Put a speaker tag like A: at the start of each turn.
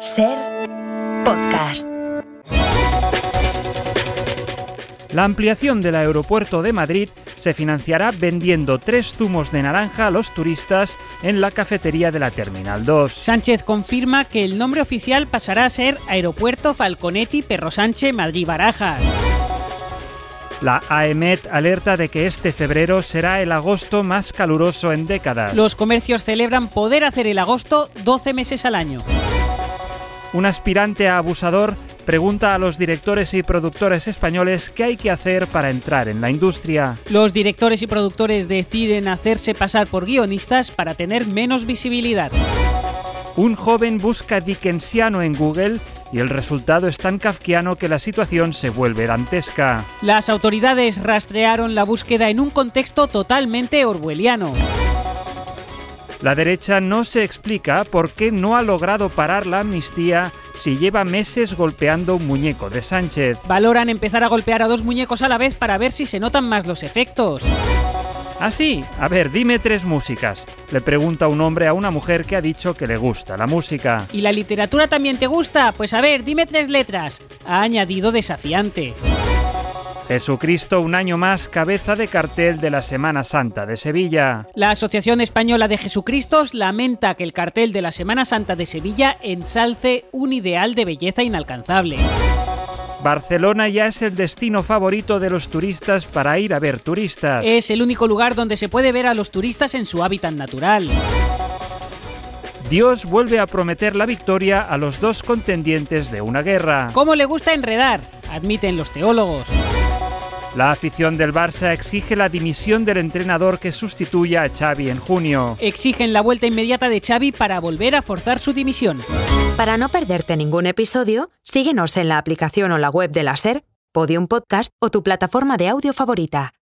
A: Ser podcast.
B: La ampliación del aeropuerto de Madrid se financiará vendiendo tres zumos de naranja a los turistas en la cafetería de la Terminal 2.
C: Sánchez confirma que el nombre oficial pasará a ser Aeropuerto Falconetti Perro Sánchez Madrid Barajas.
B: La E AEMET alerta de que este febrero será el agosto más caluroso en décadas.
C: Los comercios celebran poder hacer el agosto 12 meses al año.
B: Un aspirante a abusador pregunta a los directores y productores españoles qué hay que hacer para entrar en la industria.
C: Los directores y productores deciden hacerse pasar por guionistas para tener menos visibilidad.
B: Un joven busca dickensiano en Google y el resultado es tan kafkiano que la situación se vuelve dantesca.
C: Las autoridades rastrearon la búsqueda en un contexto totalmente orwelliano.
B: La derecha no se explica por qué no ha logrado parar la amnistía si lleva meses golpeando un muñeco de Sánchez.
C: Valoran empezar a golpear a dos muñecos a la vez para ver si se notan más los efectos.
B: Así, Ah, a ver, dime tres músicas. Le pregunta un hombre a una mujer que ha dicho que le gusta la música.
C: ¿Y la literatura también te gusta? Pues a ver, dime tres letras. Ha añadido desafiante.
B: Jesucristo un año más cabeza de cartel de la Semana Santa de Sevilla.
C: La Asociación Española de Jesucristos lamenta que el cartel de la Semana Santa de Sevilla ensalce un ideal de belleza inalcanzable.
B: Barcelona ya es el destino favorito de los turistas para ir a ver turistas.
C: Es el único lugar donde se puede ver a los turistas en su hábitat natural.
B: Dios vuelve a prometer la victoria a los dos contendientes de una guerra.
C: ¿Cómo le gusta enredar? Admiten los teólogos.
B: La afición del Barça exige la dimisión del entrenador que sustituya a Xavi en junio.
C: Exigen la vuelta inmediata de Xavi para volver a forzar su dimisión.
A: Para no perderte ningún episodio, síguenos en la aplicación o la web de la Ser, Podium Podcast o tu plataforma de audio favorita.